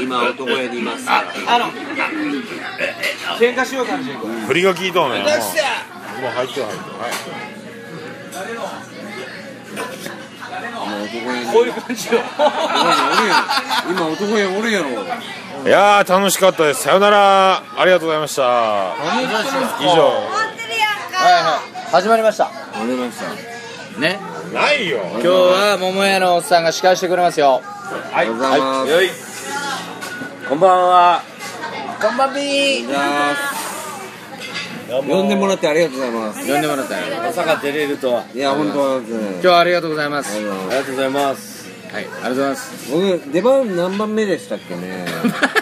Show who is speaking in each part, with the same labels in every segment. Speaker 1: 今男屋にいますから
Speaker 2: あの喧嘩しよう感じこれ
Speaker 3: 振りが効いたのよもう
Speaker 2: 出し
Speaker 3: もう入ってる入ってるはい
Speaker 1: 今男屋に
Speaker 2: こういう感じよ
Speaker 1: 今男屋おるやろ今男屋おるやろ
Speaker 3: いやー楽しかったですさよならありがとうございました以上
Speaker 4: 始まりました
Speaker 1: ありました
Speaker 4: ね
Speaker 3: ないよ
Speaker 4: 今日は桃屋のおっさんが司会してくれますよ
Speaker 1: はいおはようございます、
Speaker 3: よいこんばんは
Speaker 4: こんばんび
Speaker 1: じゃあ呼んでもらってありがとうございます
Speaker 4: 呼んでもらったよ
Speaker 5: まさか出れるとは。
Speaker 1: いや本当ですね
Speaker 4: 今日はありがとうございますはい
Speaker 5: ありがとうございます。
Speaker 4: ありがとうございます
Speaker 1: 僕出番何番目でしたっけね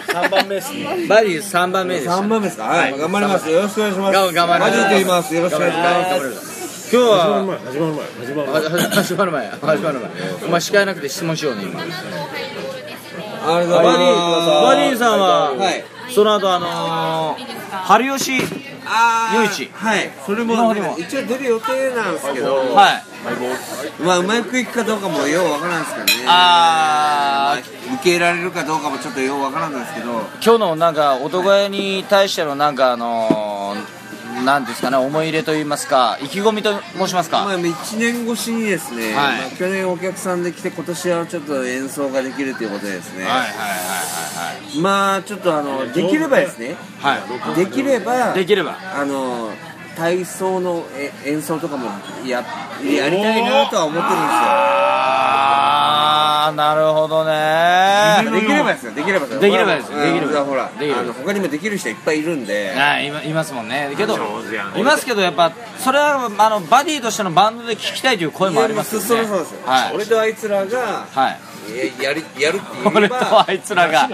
Speaker 5: 3番目ですね。
Speaker 4: バディ3番目でした
Speaker 1: 3番目ですかはい頑張りますよろしくお願いしま
Speaker 4: 頑
Speaker 1: す
Speaker 4: 張ります
Speaker 1: マジで言いますよろしくお願いします
Speaker 4: 今日は
Speaker 3: 前始まる前始まる
Speaker 4: あ始まる前始まる前お前司会なくて質問しようね今
Speaker 1: ありがとうござ
Speaker 2: バ
Speaker 1: い
Speaker 2: デ
Speaker 1: ます
Speaker 2: ィバディさんは、
Speaker 1: はい
Speaker 2: その後あのー、春吉
Speaker 1: あー
Speaker 2: 唯一
Speaker 1: はいそれも
Speaker 2: 今までも
Speaker 1: 一応出る予定なんですけど
Speaker 2: はい
Speaker 1: まあうまくいくかどうかもようわからんですからね
Speaker 2: あー
Speaker 1: 受け入れられるかどうかもちょっとようわからんなんですけど
Speaker 2: 今日のなんか男屋に対してのなんかあのー、なんですかね思い入れと言いますか意気込みと申します
Speaker 1: ま
Speaker 2: か
Speaker 1: あ1年越しにですね、
Speaker 2: はい
Speaker 1: まあ、去年お客さんで来て今年はちょっと演奏ができるということでですね、
Speaker 2: いは
Speaker 1: まあちょっとあのできればですね
Speaker 2: いはいは
Speaker 1: できれば
Speaker 2: いできれば
Speaker 1: あの体操のえ演奏とかもややりたいなとは思っ
Speaker 2: あーなるほど
Speaker 1: てる
Speaker 2: ね
Speaker 1: んですよできればですよできればで
Speaker 2: できればですよできれば
Speaker 1: ほら
Speaker 2: できれば
Speaker 1: あの他にもできる人いっぱいいるんで
Speaker 2: はいいまいますもんねけどいますけどやっぱそれはあのバディとしてのバンドで聞きたいという声もありますよね
Speaker 1: そうそうですよ、
Speaker 2: はい
Speaker 1: 俺とあいつらが
Speaker 2: はい
Speaker 1: ややり やるって言え
Speaker 2: 俺
Speaker 1: ば
Speaker 2: とあいつらが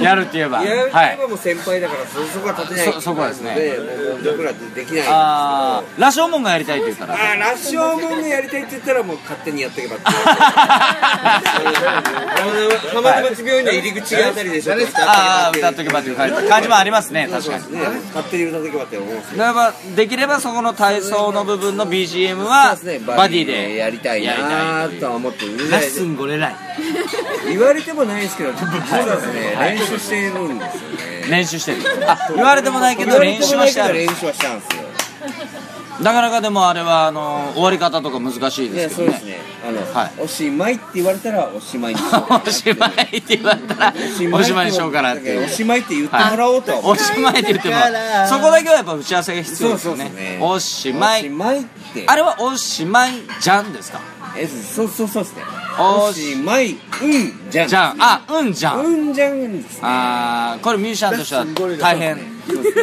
Speaker 2: やるって言えば
Speaker 1: やるって
Speaker 2: は
Speaker 1: 言え
Speaker 2: い
Speaker 1: ばもう先輩だからそそこは立てない
Speaker 2: そそこはですね
Speaker 1: もう僕らでできないあ
Speaker 2: ああ羅生門がやりたいって言うから
Speaker 1: あーラッシュオーモンのやりたいって言ったらもう勝手にやってけばって浜田町病院の入り口があたりでしょ
Speaker 2: ああ歌っ
Speaker 1: と
Speaker 2: とけばっていう感じ感じもありますね確かに
Speaker 1: ね勝手に歌っとけばって思うんですよ
Speaker 2: だからできればそこの体操の部分の BGM は
Speaker 1: そうですね
Speaker 2: バディで
Speaker 1: やりたいな
Speaker 2: やり
Speaker 1: ーとは思ってる
Speaker 2: たいラッスンゴレライ
Speaker 1: 言われてもないですけど実はですね練習してるんですよね
Speaker 2: 練習してるあ言われてもないけど練習はしてある
Speaker 1: 練習はしたんですよ
Speaker 2: なかなかでもあれはあの終わり方とか難しい
Speaker 1: いや
Speaker 2: です
Speaker 1: そ
Speaker 2: け
Speaker 1: う
Speaker 2: ど
Speaker 1: です
Speaker 2: ね
Speaker 1: ねあの、
Speaker 2: はい
Speaker 1: おしまいって言われたらおしまいにしようかなって
Speaker 2: おしまいって言われた らおしまいにしようかなっていう
Speaker 1: おしまいって言ってもらおうとは思
Speaker 2: お
Speaker 1: う
Speaker 2: しまいって言ってもそこだけはやっぱ打ち合わせが必要です
Speaker 1: そ
Speaker 2: よ
Speaker 1: うそうです
Speaker 2: ね
Speaker 1: ね
Speaker 2: おしま
Speaker 1: おし
Speaker 2: い
Speaker 1: まいって
Speaker 2: あれはおしまいじゃんですか
Speaker 1: えそうそうそうですね
Speaker 2: お
Speaker 1: お
Speaker 2: し
Speaker 1: しまいうじゃん
Speaker 2: じゃんあうんじゃん
Speaker 1: うんじゃんです
Speaker 2: あーこれミュージシャンとしては大変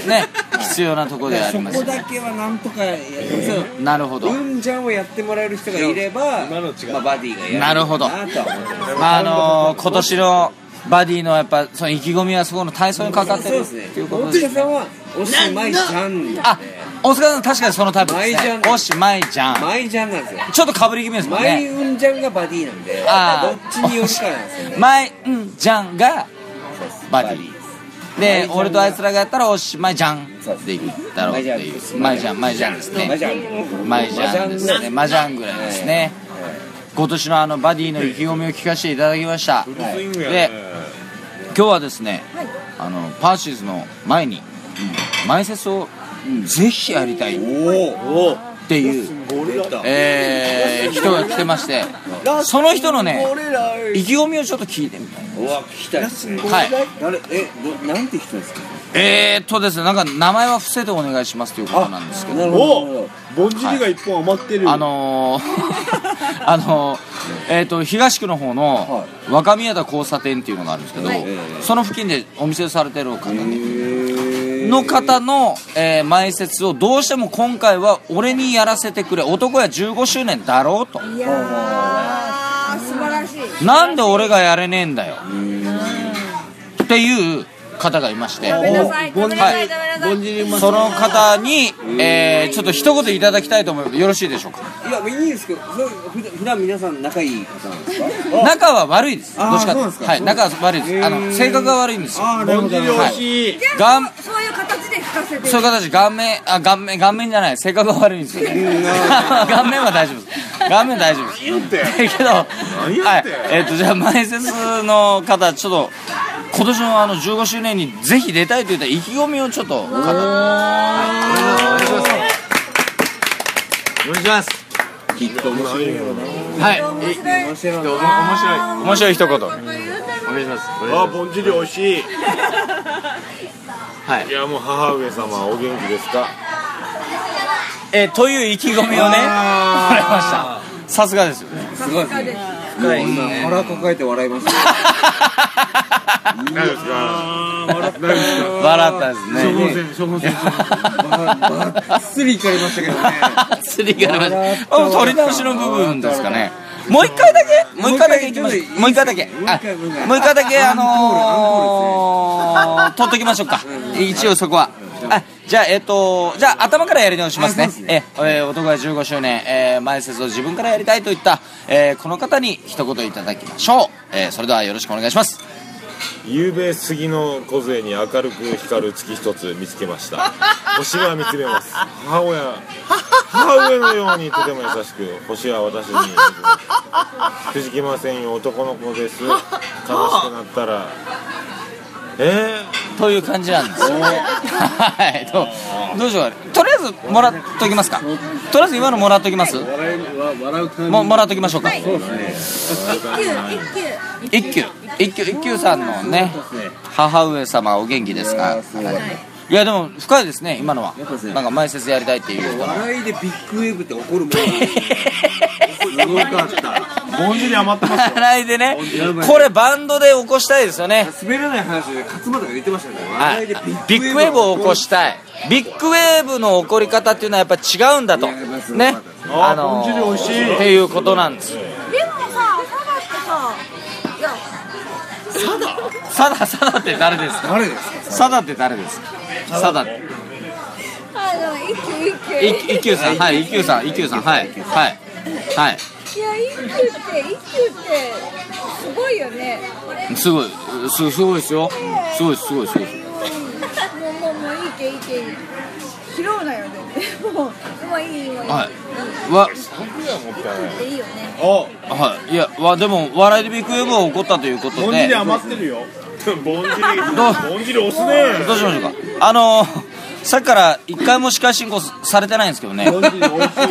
Speaker 2: ね必要なところであり
Speaker 1: そ
Speaker 2: ます
Speaker 1: こだ
Speaker 2: よね
Speaker 1: けはなんとかやる
Speaker 2: なるほど
Speaker 1: うんじゃんをやってもらえる人がいればまあ、バディがやる
Speaker 2: なるほど
Speaker 1: なとは思ってます
Speaker 2: まああのー今年のバディのやっぱその意気込みはそこの体操にかかっ
Speaker 1: そ
Speaker 2: て
Speaker 1: う
Speaker 2: る
Speaker 1: で
Speaker 2: っ
Speaker 1: す
Speaker 2: て
Speaker 1: ね
Speaker 2: いうこ
Speaker 1: 大
Speaker 2: とで
Speaker 1: 塚
Speaker 2: すね
Speaker 1: さんはおしまいじゃん
Speaker 2: あ大塚さん確かにそのタイプで
Speaker 1: 舞
Speaker 2: すね
Speaker 1: じゃん
Speaker 2: おしまいじゃん
Speaker 1: まいじゃんなんですよ
Speaker 2: ちょっとかぶり気味ですもん
Speaker 1: マイ
Speaker 2: ね
Speaker 1: ウンジャンがバディなんで、ど
Speaker 2: あ
Speaker 1: っちによるかなんですよね。
Speaker 2: まいうんじゃんがバディ
Speaker 1: 舞じ
Speaker 2: で
Speaker 1: ゃんが
Speaker 2: 俺とあいつらがやったらおしまいじゃん
Speaker 1: そうです
Speaker 2: でいくだろうっ
Speaker 1: 舞
Speaker 2: て
Speaker 1: じゃんです
Speaker 2: いうまいじゃんまいじゃんですね
Speaker 1: マイジャン。
Speaker 2: マイジャンですね。マジャンぐらいですね。今年のあのバディの意気込みを聞かせていただきました。
Speaker 3: スイングや
Speaker 2: で、今日はですね、あのパーシーズの前に前説をぜひやりたいっていうえー人が来てまして、その人のね意気込みをちょっと聞いてみたい。
Speaker 1: うわ、聞きたいですね。
Speaker 2: はい。
Speaker 1: 誰、え、どなんて人ですか
Speaker 2: えーっとですね、なんか名前は伏せてお願いしますということなんですけど。
Speaker 1: なる
Speaker 3: お
Speaker 1: ほど。
Speaker 3: ぼんじりが一本余ってる
Speaker 2: あのー、 あのー、えっ、と東区の方の
Speaker 1: は
Speaker 2: 若宮田交差点っていうのがあるんですけど、
Speaker 1: え
Speaker 2: その付近でお店をされてる方
Speaker 1: へ
Speaker 2: で
Speaker 1: ー
Speaker 2: の方の、えー前説をどうしても今回は俺にやらせてくれ男や15周年だろうと
Speaker 6: いやー素晴らしい
Speaker 2: なんで俺がやれねえんだよっていう方がいまして
Speaker 6: ごめんなさいごめんなさいごめんなさ い
Speaker 2: その方に、えーちょっと一言いただきたいと思いますよろしいでしょうか
Speaker 1: いや、いいですけど、それ普段普段皆さん仲いい方なんですか
Speaker 2: 仲は悪いです
Speaker 1: あー
Speaker 2: どっちかって
Speaker 1: そうですか
Speaker 2: はい仲は悪いですあの性格が悪いんですよ
Speaker 1: ああ、なるほど。
Speaker 2: はい
Speaker 6: じゃあ
Speaker 2: がん
Speaker 6: そうそういう形で聞かせて
Speaker 2: そういう形、顔面、あ、顔面、顔面じゃない、性格が悪いんですよね。 顔面は大丈夫です。顔面は大丈 夫です。だけど、はい、えっ、と、じゃあ、前説の方、ちょっと、今年のあの15周年にぜひ出たいといった意気込みをちょっと語って
Speaker 4: お願いします
Speaker 2: はい
Speaker 6: 面白い面白い
Speaker 3: 面白い一言
Speaker 6: 面白いこと言うた
Speaker 4: お
Speaker 6: な
Speaker 4: 願いしますお願いしま
Speaker 5: ああ、ぼんじり美味しい。
Speaker 4: すはい
Speaker 3: いやもう母上様お元気ですか
Speaker 2: えーという意気込みをねもらいました さすがですよね
Speaker 1: すごいですね腹抱えて笑いました
Speaker 3: 何ですか何ですか
Speaker 2: 笑ったですね
Speaker 3: 処方箋
Speaker 1: ばばっつりいかれましたけどね
Speaker 2: 釣りがありま
Speaker 1: 笑っ
Speaker 2: したたあ取り直しの部分ですかねもう一回だけもう一回だけいきましょうも
Speaker 1: も
Speaker 2: う
Speaker 1: う
Speaker 2: 一
Speaker 1: 一
Speaker 2: 回
Speaker 1: 回
Speaker 2: だ
Speaker 1: だ
Speaker 2: け
Speaker 1: け
Speaker 2: あ
Speaker 1: もう一回
Speaker 2: もう一回だけ
Speaker 1: ア
Speaker 2: あ
Speaker 1: ンコー
Speaker 2: のー取っときましょうか一応そこはあじゃあえっとじゃあ頭からやり直しますね
Speaker 1: あそうで
Speaker 2: ええー男が15周年、えー前説を自分からやりたいといった、えーこの方に一言いただきましょう、えーそれではよろしくお願いします
Speaker 3: 夕べ杉の梢に明るく光る月一つ見つけました星は見つめます母親母上のようにとても優しく星は私にくじきませんよ男の子です悲しくなったらえ
Speaker 2: という感じなんですよはいどうどうしようとりあえずもらっときますかとりあえず今のもらっときます
Speaker 1: 笑い笑う感
Speaker 2: ももらっときましょうか
Speaker 6: 一級一級
Speaker 2: 一休一休一休さんのね母上様お元気ですかいやでも深いですね今のは
Speaker 1: やっぱですね
Speaker 2: なんか前説やりたいっていう人の
Speaker 1: 笑いでビッグウェーブって怒るもんすごかった
Speaker 5: ぼんじり余ってます。
Speaker 2: 笑いでねこれバンドで起こしたいですよね
Speaker 1: 滑らない話で勝俣が言ってましたね
Speaker 2: は
Speaker 1: 笑
Speaker 2: い
Speaker 1: いでビ
Speaker 2: ビッグウェーブを起こしたいビッグウェーブの起こり方っていうのはやっぱ違うんだと
Speaker 1: いやまあそう
Speaker 2: ね
Speaker 5: あ
Speaker 2: あの
Speaker 5: 豚汁美味しい
Speaker 2: っていうことなんです
Speaker 6: でもさサバってさいや
Speaker 2: サダサダって誰ですか
Speaker 1: 誰ですか
Speaker 2: サダって誰ですかサダ
Speaker 6: あの一級一級
Speaker 2: い一休さんはい一休さん一休さんはいはいはい
Speaker 6: いや一級って一級ってすごいよね
Speaker 2: すごい、すすごいですよ。すごいです、すごいです、すごいです。
Speaker 6: もうもうもういいけいいけいい拾うなよねもうもういいもういい
Speaker 2: はいわ、
Speaker 6: いいいいよね
Speaker 5: お、
Speaker 2: はい、いや、わ、でも、笑いでビッグウェーブが起こったということで。
Speaker 5: ぼんじり余ってる よ。
Speaker 3: ぼんじり
Speaker 2: どう
Speaker 3: ぼんじり押すね
Speaker 2: どうしましょうか。あのー、さっきから一回も司会進行されてないんですけどね。こ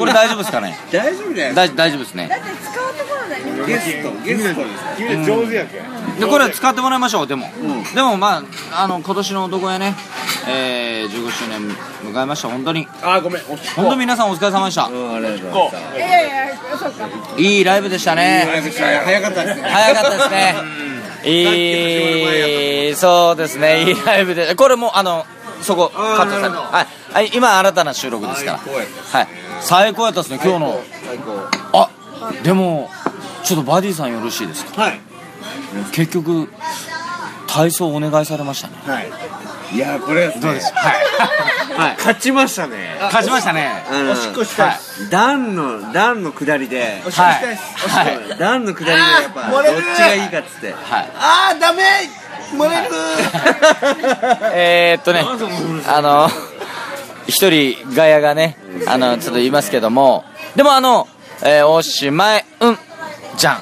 Speaker 2: れ大丈夫ですかね。
Speaker 1: 大丈夫だよ
Speaker 2: 大、大丈夫です
Speaker 6: だ
Speaker 2: ね。
Speaker 6: って使うところだよね
Speaker 1: ゲストゲストですか
Speaker 3: 君上手やけん
Speaker 2: で、これ使ってもらいましょう。でも、でも、まあ、あの、今年の男やね。えー、15周年迎えました。本当に、
Speaker 5: あ、ごめん。
Speaker 2: 本当皆さんお疲れ様でした。
Speaker 1: うんありがとうございま
Speaker 6: いやいやそうか
Speaker 2: いいライブでしたね。
Speaker 1: した早かったですね
Speaker 2: 早かったですね。いい、そうですね、いいライブで、これもうあの、そこ、カットされて、はい、はい、今新たな収録ですから。はい、最高やったですね、今日の。あ、でも、ちょっとバディさんよろしいですか。
Speaker 5: はい。
Speaker 2: 結局、体操お願いされましたね。
Speaker 1: いやこれはですね
Speaker 2: はい、
Speaker 5: 勝ちましたね。
Speaker 2: 勝ちましたね。
Speaker 1: あの
Speaker 5: おしっこしたいっす。
Speaker 1: 段の段の下りで
Speaker 5: おしっこしたいっす。
Speaker 2: はい、はい、
Speaker 1: 段の下りでやっぱ
Speaker 5: あー
Speaker 1: どっ
Speaker 5: 漏
Speaker 1: ち
Speaker 5: れる
Speaker 1: がいいかっつって
Speaker 2: はい。
Speaker 5: あー、ダメ漏れる
Speaker 2: えーっとね、あの、一人ガヤがね、あの、ちょっと言いますけども、でもあの、えーおしまい、うん、じゃん。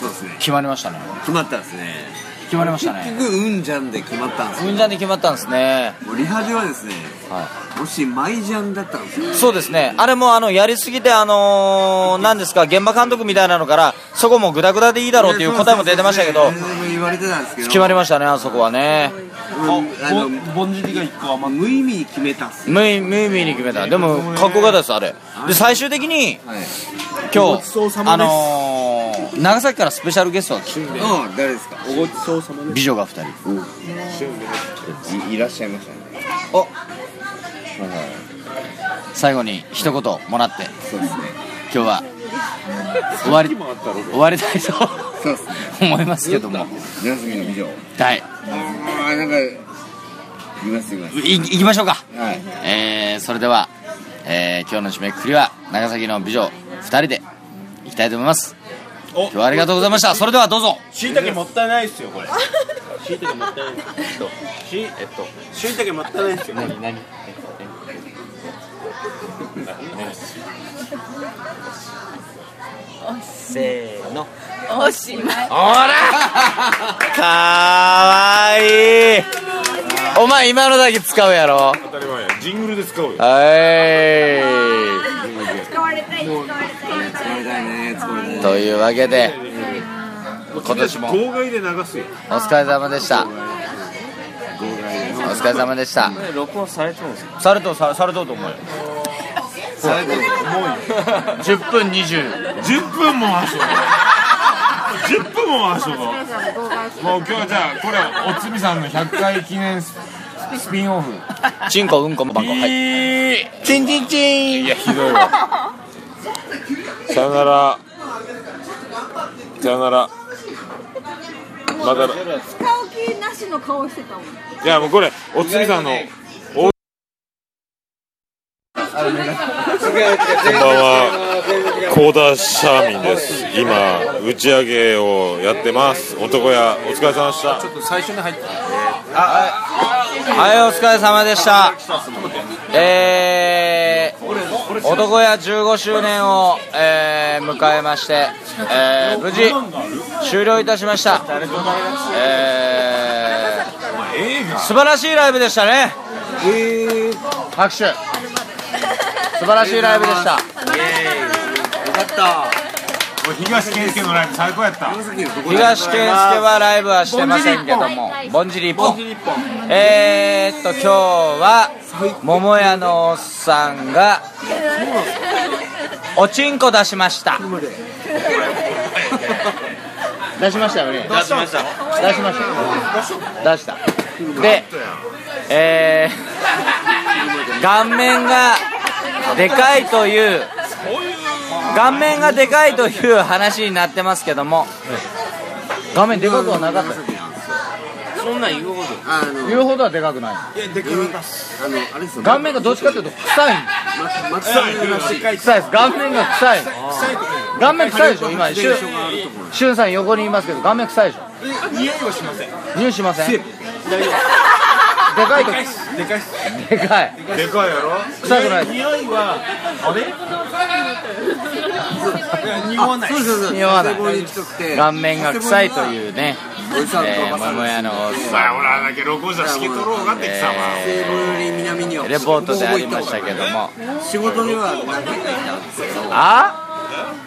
Speaker 1: そうですね
Speaker 2: 決まりましたね。
Speaker 1: 決まったんですね
Speaker 2: 決まりました
Speaker 1: 結
Speaker 2: ね。
Speaker 1: 局うんじゃんで決まったんですよ
Speaker 2: うんじゃんで決まったんですね。
Speaker 1: もうリハではですね
Speaker 2: は
Speaker 1: もしマイジャンだったんですよ
Speaker 2: そうですね。あれもあの、やりすぎて、あのー、何ですか、現場監督みたいなのから、そこもグダグダでいいだろうっていう答えも出てましたけど、
Speaker 1: 言われてたんですけど
Speaker 2: 決まりましたね、あそこはね。
Speaker 1: うんあの
Speaker 5: ぼんじりが一個余っ
Speaker 1: 無意味に決めたっす
Speaker 2: 無意無意味に決めた。でも、かっこよかったです、あれ。で、最終的に、
Speaker 1: はい
Speaker 2: 今
Speaker 5: ごちそうさ
Speaker 2: 日、
Speaker 5: ま
Speaker 2: あ
Speaker 5: です
Speaker 2: のー、長崎からスペシャルゲストが来て
Speaker 1: うん誰ですか
Speaker 5: ごちそうさまで
Speaker 2: 美女が2人
Speaker 1: いいらっしゃいましたね
Speaker 2: お最後に一言もらって
Speaker 1: そうですね
Speaker 2: 今日は 終わり終わりたいと
Speaker 1: そうですね
Speaker 2: 思いますけども
Speaker 1: ジャスミンの美女
Speaker 2: はい
Speaker 1: ああなんか言います言います
Speaker 2: いいきましょうか、
Speaker 1: はい
Speaker 2: えー、それでは、えー、今日の締めくくりは長崎の美女2人でいきたいと思います
Speaker 5: お
Speaker 2: 今日はありがとうございましたそれではどうぞ
Speaker 5: しいたけもったいないっすよ、これ。しいたけもったいない。えっと、し、えっと、しいたけもったいないっすよ。何、何あ
Speaker 2: せーの
Speaker 7: おしまい
Speaker 2: ほらかわいいお前今のだけ使うやろ
Speaker 3: 当たり前やジングルで使うよジ
Speaker 2: は
Speaker 3: ングルで
Speaker 6: 使われたい使われたい使われたい
Speaker 1: ね作れ
Speaker 2: いというわけで今年も
Speaker 3: 号外で流すよ
Speaker 2: お疲れ様でしたお疲れ様でした
Speaker 1: これ録音されてるんですか
Speaker 2: されとさされとうと思うよ
Speaker 1: されてる
Speaker 2: 10分20
Speaker 3: 10分も回しよう10分も回しようもう今日はじゃあこれおつみさんの100回記念ススピンオフ
Speaker 2: チンコうんこもばんこはいチンチンチン
Speaker 3: いやひどいわさよならさよならまたい
Speaker 6: 使う気なしの顔してたもん
Speaker 3: やもうこれおつみさんのおこんばんはコーダシャーミンです今打ち上げをやってます男やお疲れ様でした
Speaker 2: はい、お疲れ様でした。えー、男屋15周年を、えー迎えまして、えー無事、終了いたしました。えー素晴らしいライブでしたね。拍手。素晴らしいライブでした。
Speaker 3: 東健介のライブ最高やった
Speaker 2: 東健介はライブはしてませんけどもぼんじり一本えー、っと今日は桃屋のおっさんがおちんこ出しました出しましたよね出しました出しました出したでえー、顔面がでかいという顔面がでかいという話になってますけども画面でかくはなかったよ
Speaker 8: そんなん言うほど
Speaker 1: あの
Speaker 2: 言うほどはでかくない
Speaker 1: あのあれですよ
Speaker 2: 顔面がどっちかというと臭い
Speaker 1: 松松さんらしい
Speaker 2: 臭いです顔面が臭い顔面臭いでしょ今しゅしゅんさん横にいますけど顔面臭いでしょ匂いはしません匂いしませんでかいとでかいでかい
Speaker 3: でかいやろ
Speaker 2: 臭くない匂いはあれ匂わない匂わない
Speaker 1: に行きたくて
Speaker 2: 顔面が臭いというね
Speaker 1: おじさんと
Speaker 2: え
Speaker 1: おば
Speaker 2: ー
Speaker 1: さん
Speaker 2: 桃屋のおっさん
Speaker 3: さよならだけ録音者しけとろうがって貴様
Speaker 1: 西部より南には
Speaker 2: レポートでありましたけども
Speaker 1: 仕事には何回か行ったんですけど
Speaker 2: あ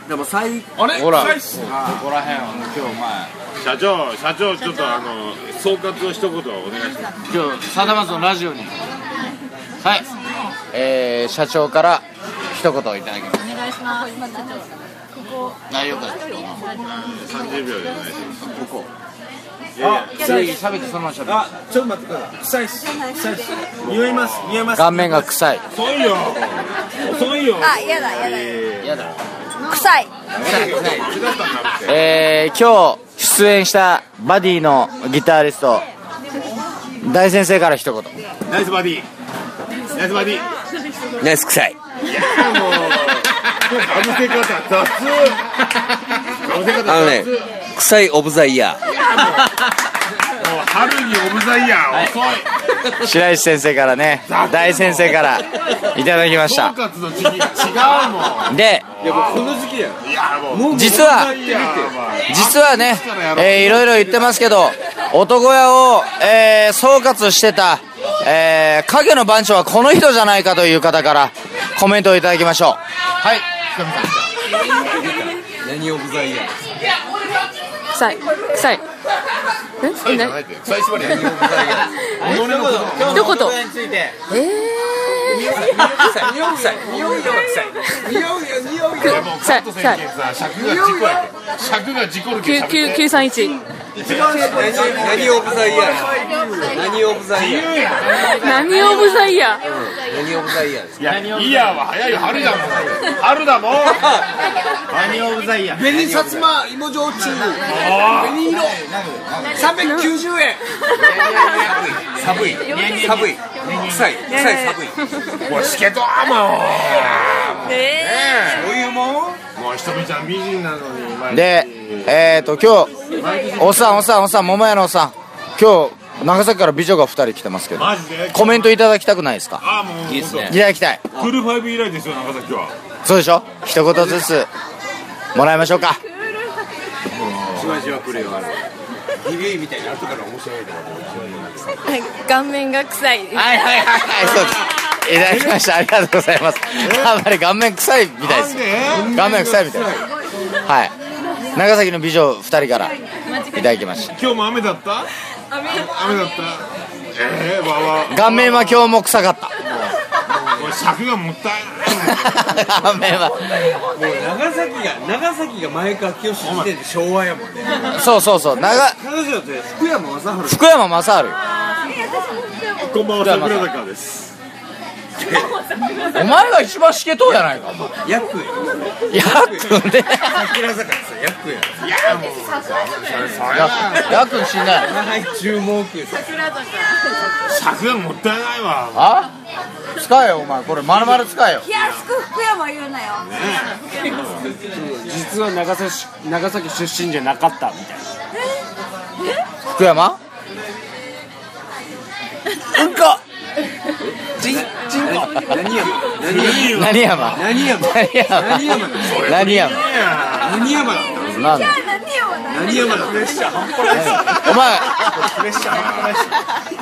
Speaker 1: でも最
Speaker 2: ほら
Speaker 3: 社長社長ちょっとあの総括を一言お願いします
Speaker 8: 今日さだまつのラジオに
Speaker 2: はいえー、社長から一言いただきます
Speaker 7: お願いします
Speaker 2: あよかった
Speaker 3: 30秒でお願いします
Speaker 2: 喋ってそのまま喋っ
Speaker 5: あ、ちょっと待ってください。臭いっす。臭いっす。匂います。匂いま
Speaker 2: て
Speaker 5: す。
Speaker 2: 顔面が臭い
Speaker 3: 遅いよ遅いよ
Speaker 6: あやだやだや
Speaker 2: やだ
Speaker 6: だ臭い
Speaker 2: えー、今日出演したバディのギタリスト大先生から一言
Speaker 3: ナイスバディナイスバディ
Speaker 1: ナイス臭い
Speaker 3: かぶせ方雑かぶせ方
Speaker 1: あのね臭いオブザイヤー
Speaker 3: もう春にオブザイヤー遅い
Speaker 2: 白石先生から ね大先生からいただきまし
Speaker 3: 総
Speaker 2: た
Speaker 3: 括の時期違うもん
Speaker 2: で
Speaker 3: いやもう
Speaker 2: 実は実はね、えーいろいろ言ってますけど男屋を、えー総括してた、えー影の番長はこの人じゃないかという方からコメントをいただきましょうはい
Speaker 1: 何オブザイヤー
Speaker 7: 臭い臭いえなどことえ
Speaker 1: 匂い臭い匂いが臭い
Speaker 7: ー臭い臭い
Speaker 3: 尺が事故る
Speaker 7: 九九九三一
Speaker 1: 何何オブザイヤー何オブザイヤー
Speaker 7: 何オブザイヤー
Speaker 1: 何オブザイヤーです
Speaker 3: イヤーは早いよ春だもん春だもん何オブザイヤー
Speaker 5: 紅さつま芋焼酎。紅色。三百九十円。
Speaker 1: 寒い寒い臭い臭い寒い
Speaker 3: もうしけとあも
Speaker 7: え
Speaker 3: うもうひとみちゃん美人なのにまあ
Speaker 2: でえっ、と今日おっさんおっさんおっさん桃屋のおっさん今日長崎から美女が2人来てますけど
Speaker 3: マジで
Speaker 2: コメントいただきたくないですか
Speaker 3: ああもういいですね
Speaker 2: いただきたい
Speaker 3: クールファイブ以来ですよ長崎は
Speaker 2: そうでしょ一言ずつもらいましょうか
Speaker 5: じわじわくるよあれビビみたいに後から面白いな
Speaker 7: 顔面が臭いです
Speaker 2: はいはいはいはいそうですいただきましたありがとうございますあんまり顔面臭いみたいです顔面臭いみたいはい長崎の美女2人からいただきました
Speaker 3: 今日も雨だった雨だったええわわ
Speaker 2: 顔面は今日も臭かった
Speaker 3: これ尺がもったい
Speaker 2: 顔面は
Speaker 1: 長崎が長崎が前川清時点で昭和やもんね
Speaker 2: そうそうそう長
Speaker 1: 彼女だって福山雅治
Speaker 2: 福山雅治
Speaker 3: ないこんばんは桜坂です
Speaker 2: お前が一番しけとうやないかお前
Speaker 1: ヤック
Speaker 2: ヤック
Speaker 1: 桜坂で
Speaker 2: ンね
Speaker 1: すよヤックや
Speaker 2: ヤックン死んだよ
Speaker 1: 長い注文級です
Speaker 3: 尺がもったいないわ
Speaker 2: あ使えよお前これまるまる使えよ
Speaker 6: 冷やしく福山言うなよ
Speaker 9: 実は長崎長崎出身じゃなかったみたいな
Speaker 2: 福山うんこ
Speaker 1: 何山
Speaker 2: 何山
Speaker 1: 何山
Speaker 2: 何山
Speaker 1: 何山だ
Speaker 2: 何山
Speaker 1: 何山だ
Speaker 2: なんだよ
Speaker 6: 何よ
Speaker 1: 何山だ
Speaker 2: お前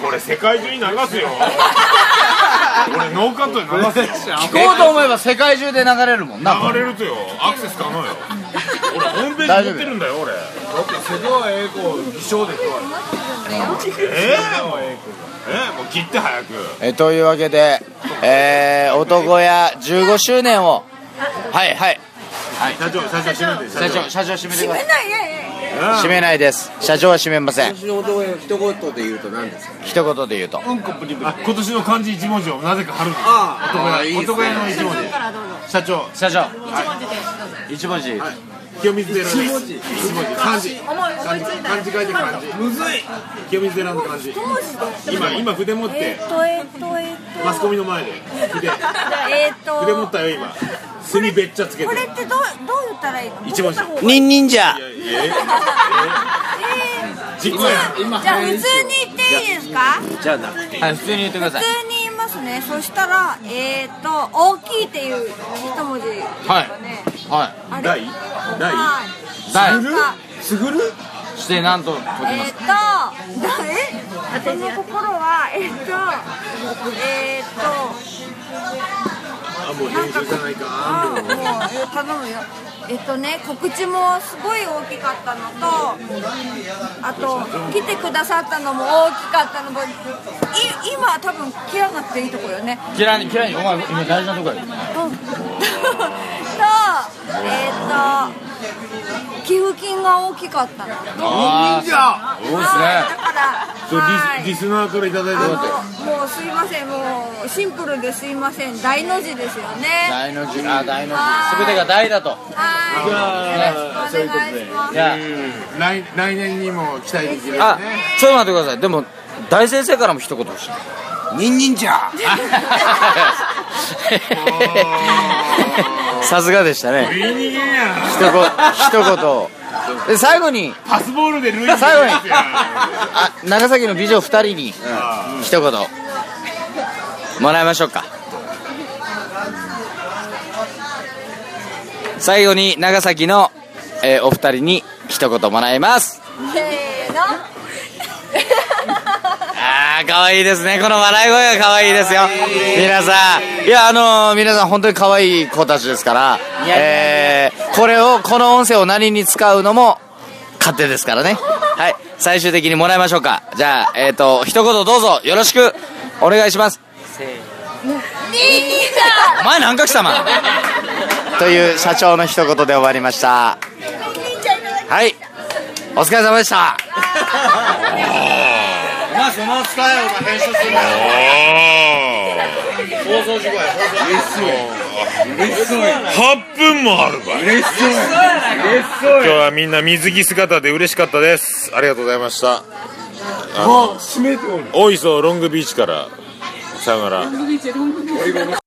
Speaker 3: これ世界中に流すよ俺ノーカットで流すよ
Speaker 2: 聞こうと思えば世界中で流れるもんな
Speaker 3: 流れるとよアクセス可能よ俺ホームページ持ってるんだよ俺ええもうええもう切って早く
Speaker 2: えというわけで、えー、男や15周年をはいはい
Speaker 3: 社長社長閉めて社
Speaker 2: 社長社長閉めてください
Speaker 6: えないやいやいや
Speaker 2: 閉めないです社長は閉めません
Speaker 1: 私の男へ一言で言うと何ですか
Speaker 2: 一言で言うと
Speaker 3: あ今年の漢字一文字をなぜか貼るの
Speaker 1: ああいいです
Speaker 3: 男屋の一文字社長
Speaker 2: 社長一文字一文字
Speaker 3: 清水寺の一文字一文字漢字漢字書いて漢字むずい清水寺の漢字
Speaker 6: 当時で
Speaker 3: 今今筆持っ
Speaker 6: え
Speaker 3: て
Speaker 6: っとえっとえっ
Speaker 3: マスコミの前で筆
Speaker 6: とえっと
Speaker 3: 筆持ったよ今墨べっちゃつけて
Speaker 6: これってどうどう言ったらいいの
Speaker 3: 一文字
Speaker 6: どう言った方が
Speaker 2: ニンニンじゃ
Speaker 3: いやいやええ実行や
Speaker 6: えーじゃあ普通に言っていいですか
Speaker 1: じゃあなくて
Speaker 2: はい普通に言ってくだ
Speaker 6: 普
Speaker 2: さい
Speaker 6: 通に言いますねそしたらえっと大きいっていう一文字ですかね
Speaker 2: は
Speaker 6: あれ
Speaker 3: 第第
Speaker 6: はい
Speaker 2: い第
Speaker 6: なんか
Speaker 3: すぐる
Speaker 2: そしてなんと解き
Speaker 6: えーっと、
Speaker 2: ます
Speaker 6: え、私の心は、えーっと、えー
Speaker 3: あもう編集じゃないか
Speaker 6: っと、もう、えー頼むよ。えーっとね、告知もすごい大きかったのと、あと、来てくださったのも大きかったのも、い今、多分切らなくていいとこよね。
Speaker 2: 嫌いに嫌いにお前今大事なとこや
Speaker 6: うん と、えーっと、寄付金が大きかったの。
Speaker 2: ああ
Speaker 6: そうですね。だ
Speaker 3: そ
Speaker 6: か
Speaker 3: う
Speaker 6: ら、
Speaker 3: リスリスナーからいただいた
Speaker 6: あのもうすいませんもうシンプルですいません大の字ですよね
Speaker 2: 大の字あ大の字全てが大だと
Speaker 6: はいよろしくお願いします
Speaker 2: じゃあ
Speaker 5: 来来年にも期待できる
Speaker 2: あちょっと待ってくださいでも大先生からも一 言欲しい
Speaker 5: ニンニンじゃ
Speaker 2: さすがでしたね
Speaker 3: 言い逃げやん
Speaker 2: 一言一言をで最後に
Speaker 3: パスボールでルイに
Speaker 2: 最後にあ長崎の美女二人に一言もらいましょうか最後に長崎の、えーお二人に一言もらいます
Speaker 6: せーの
Speaker 2: ああ可愛いですねこの笑い声が可愛いですよ皆さんいやあのー皆さん本当に可愛い子たちですからえーこれをこの音声を何に使うのも勝手ですからねはい最終的にもらいましょうかじゃあえっ、と一言どうぞよろしくお願いしますお前何か貴様という社長の一言で終わりましたはいお疲れ様でした
Speaker 3: 8分もあるかい嬉しそう今日はみんな水着姿で嬉しかったですありがとうございましたあのおいそうロングビーチからさよなら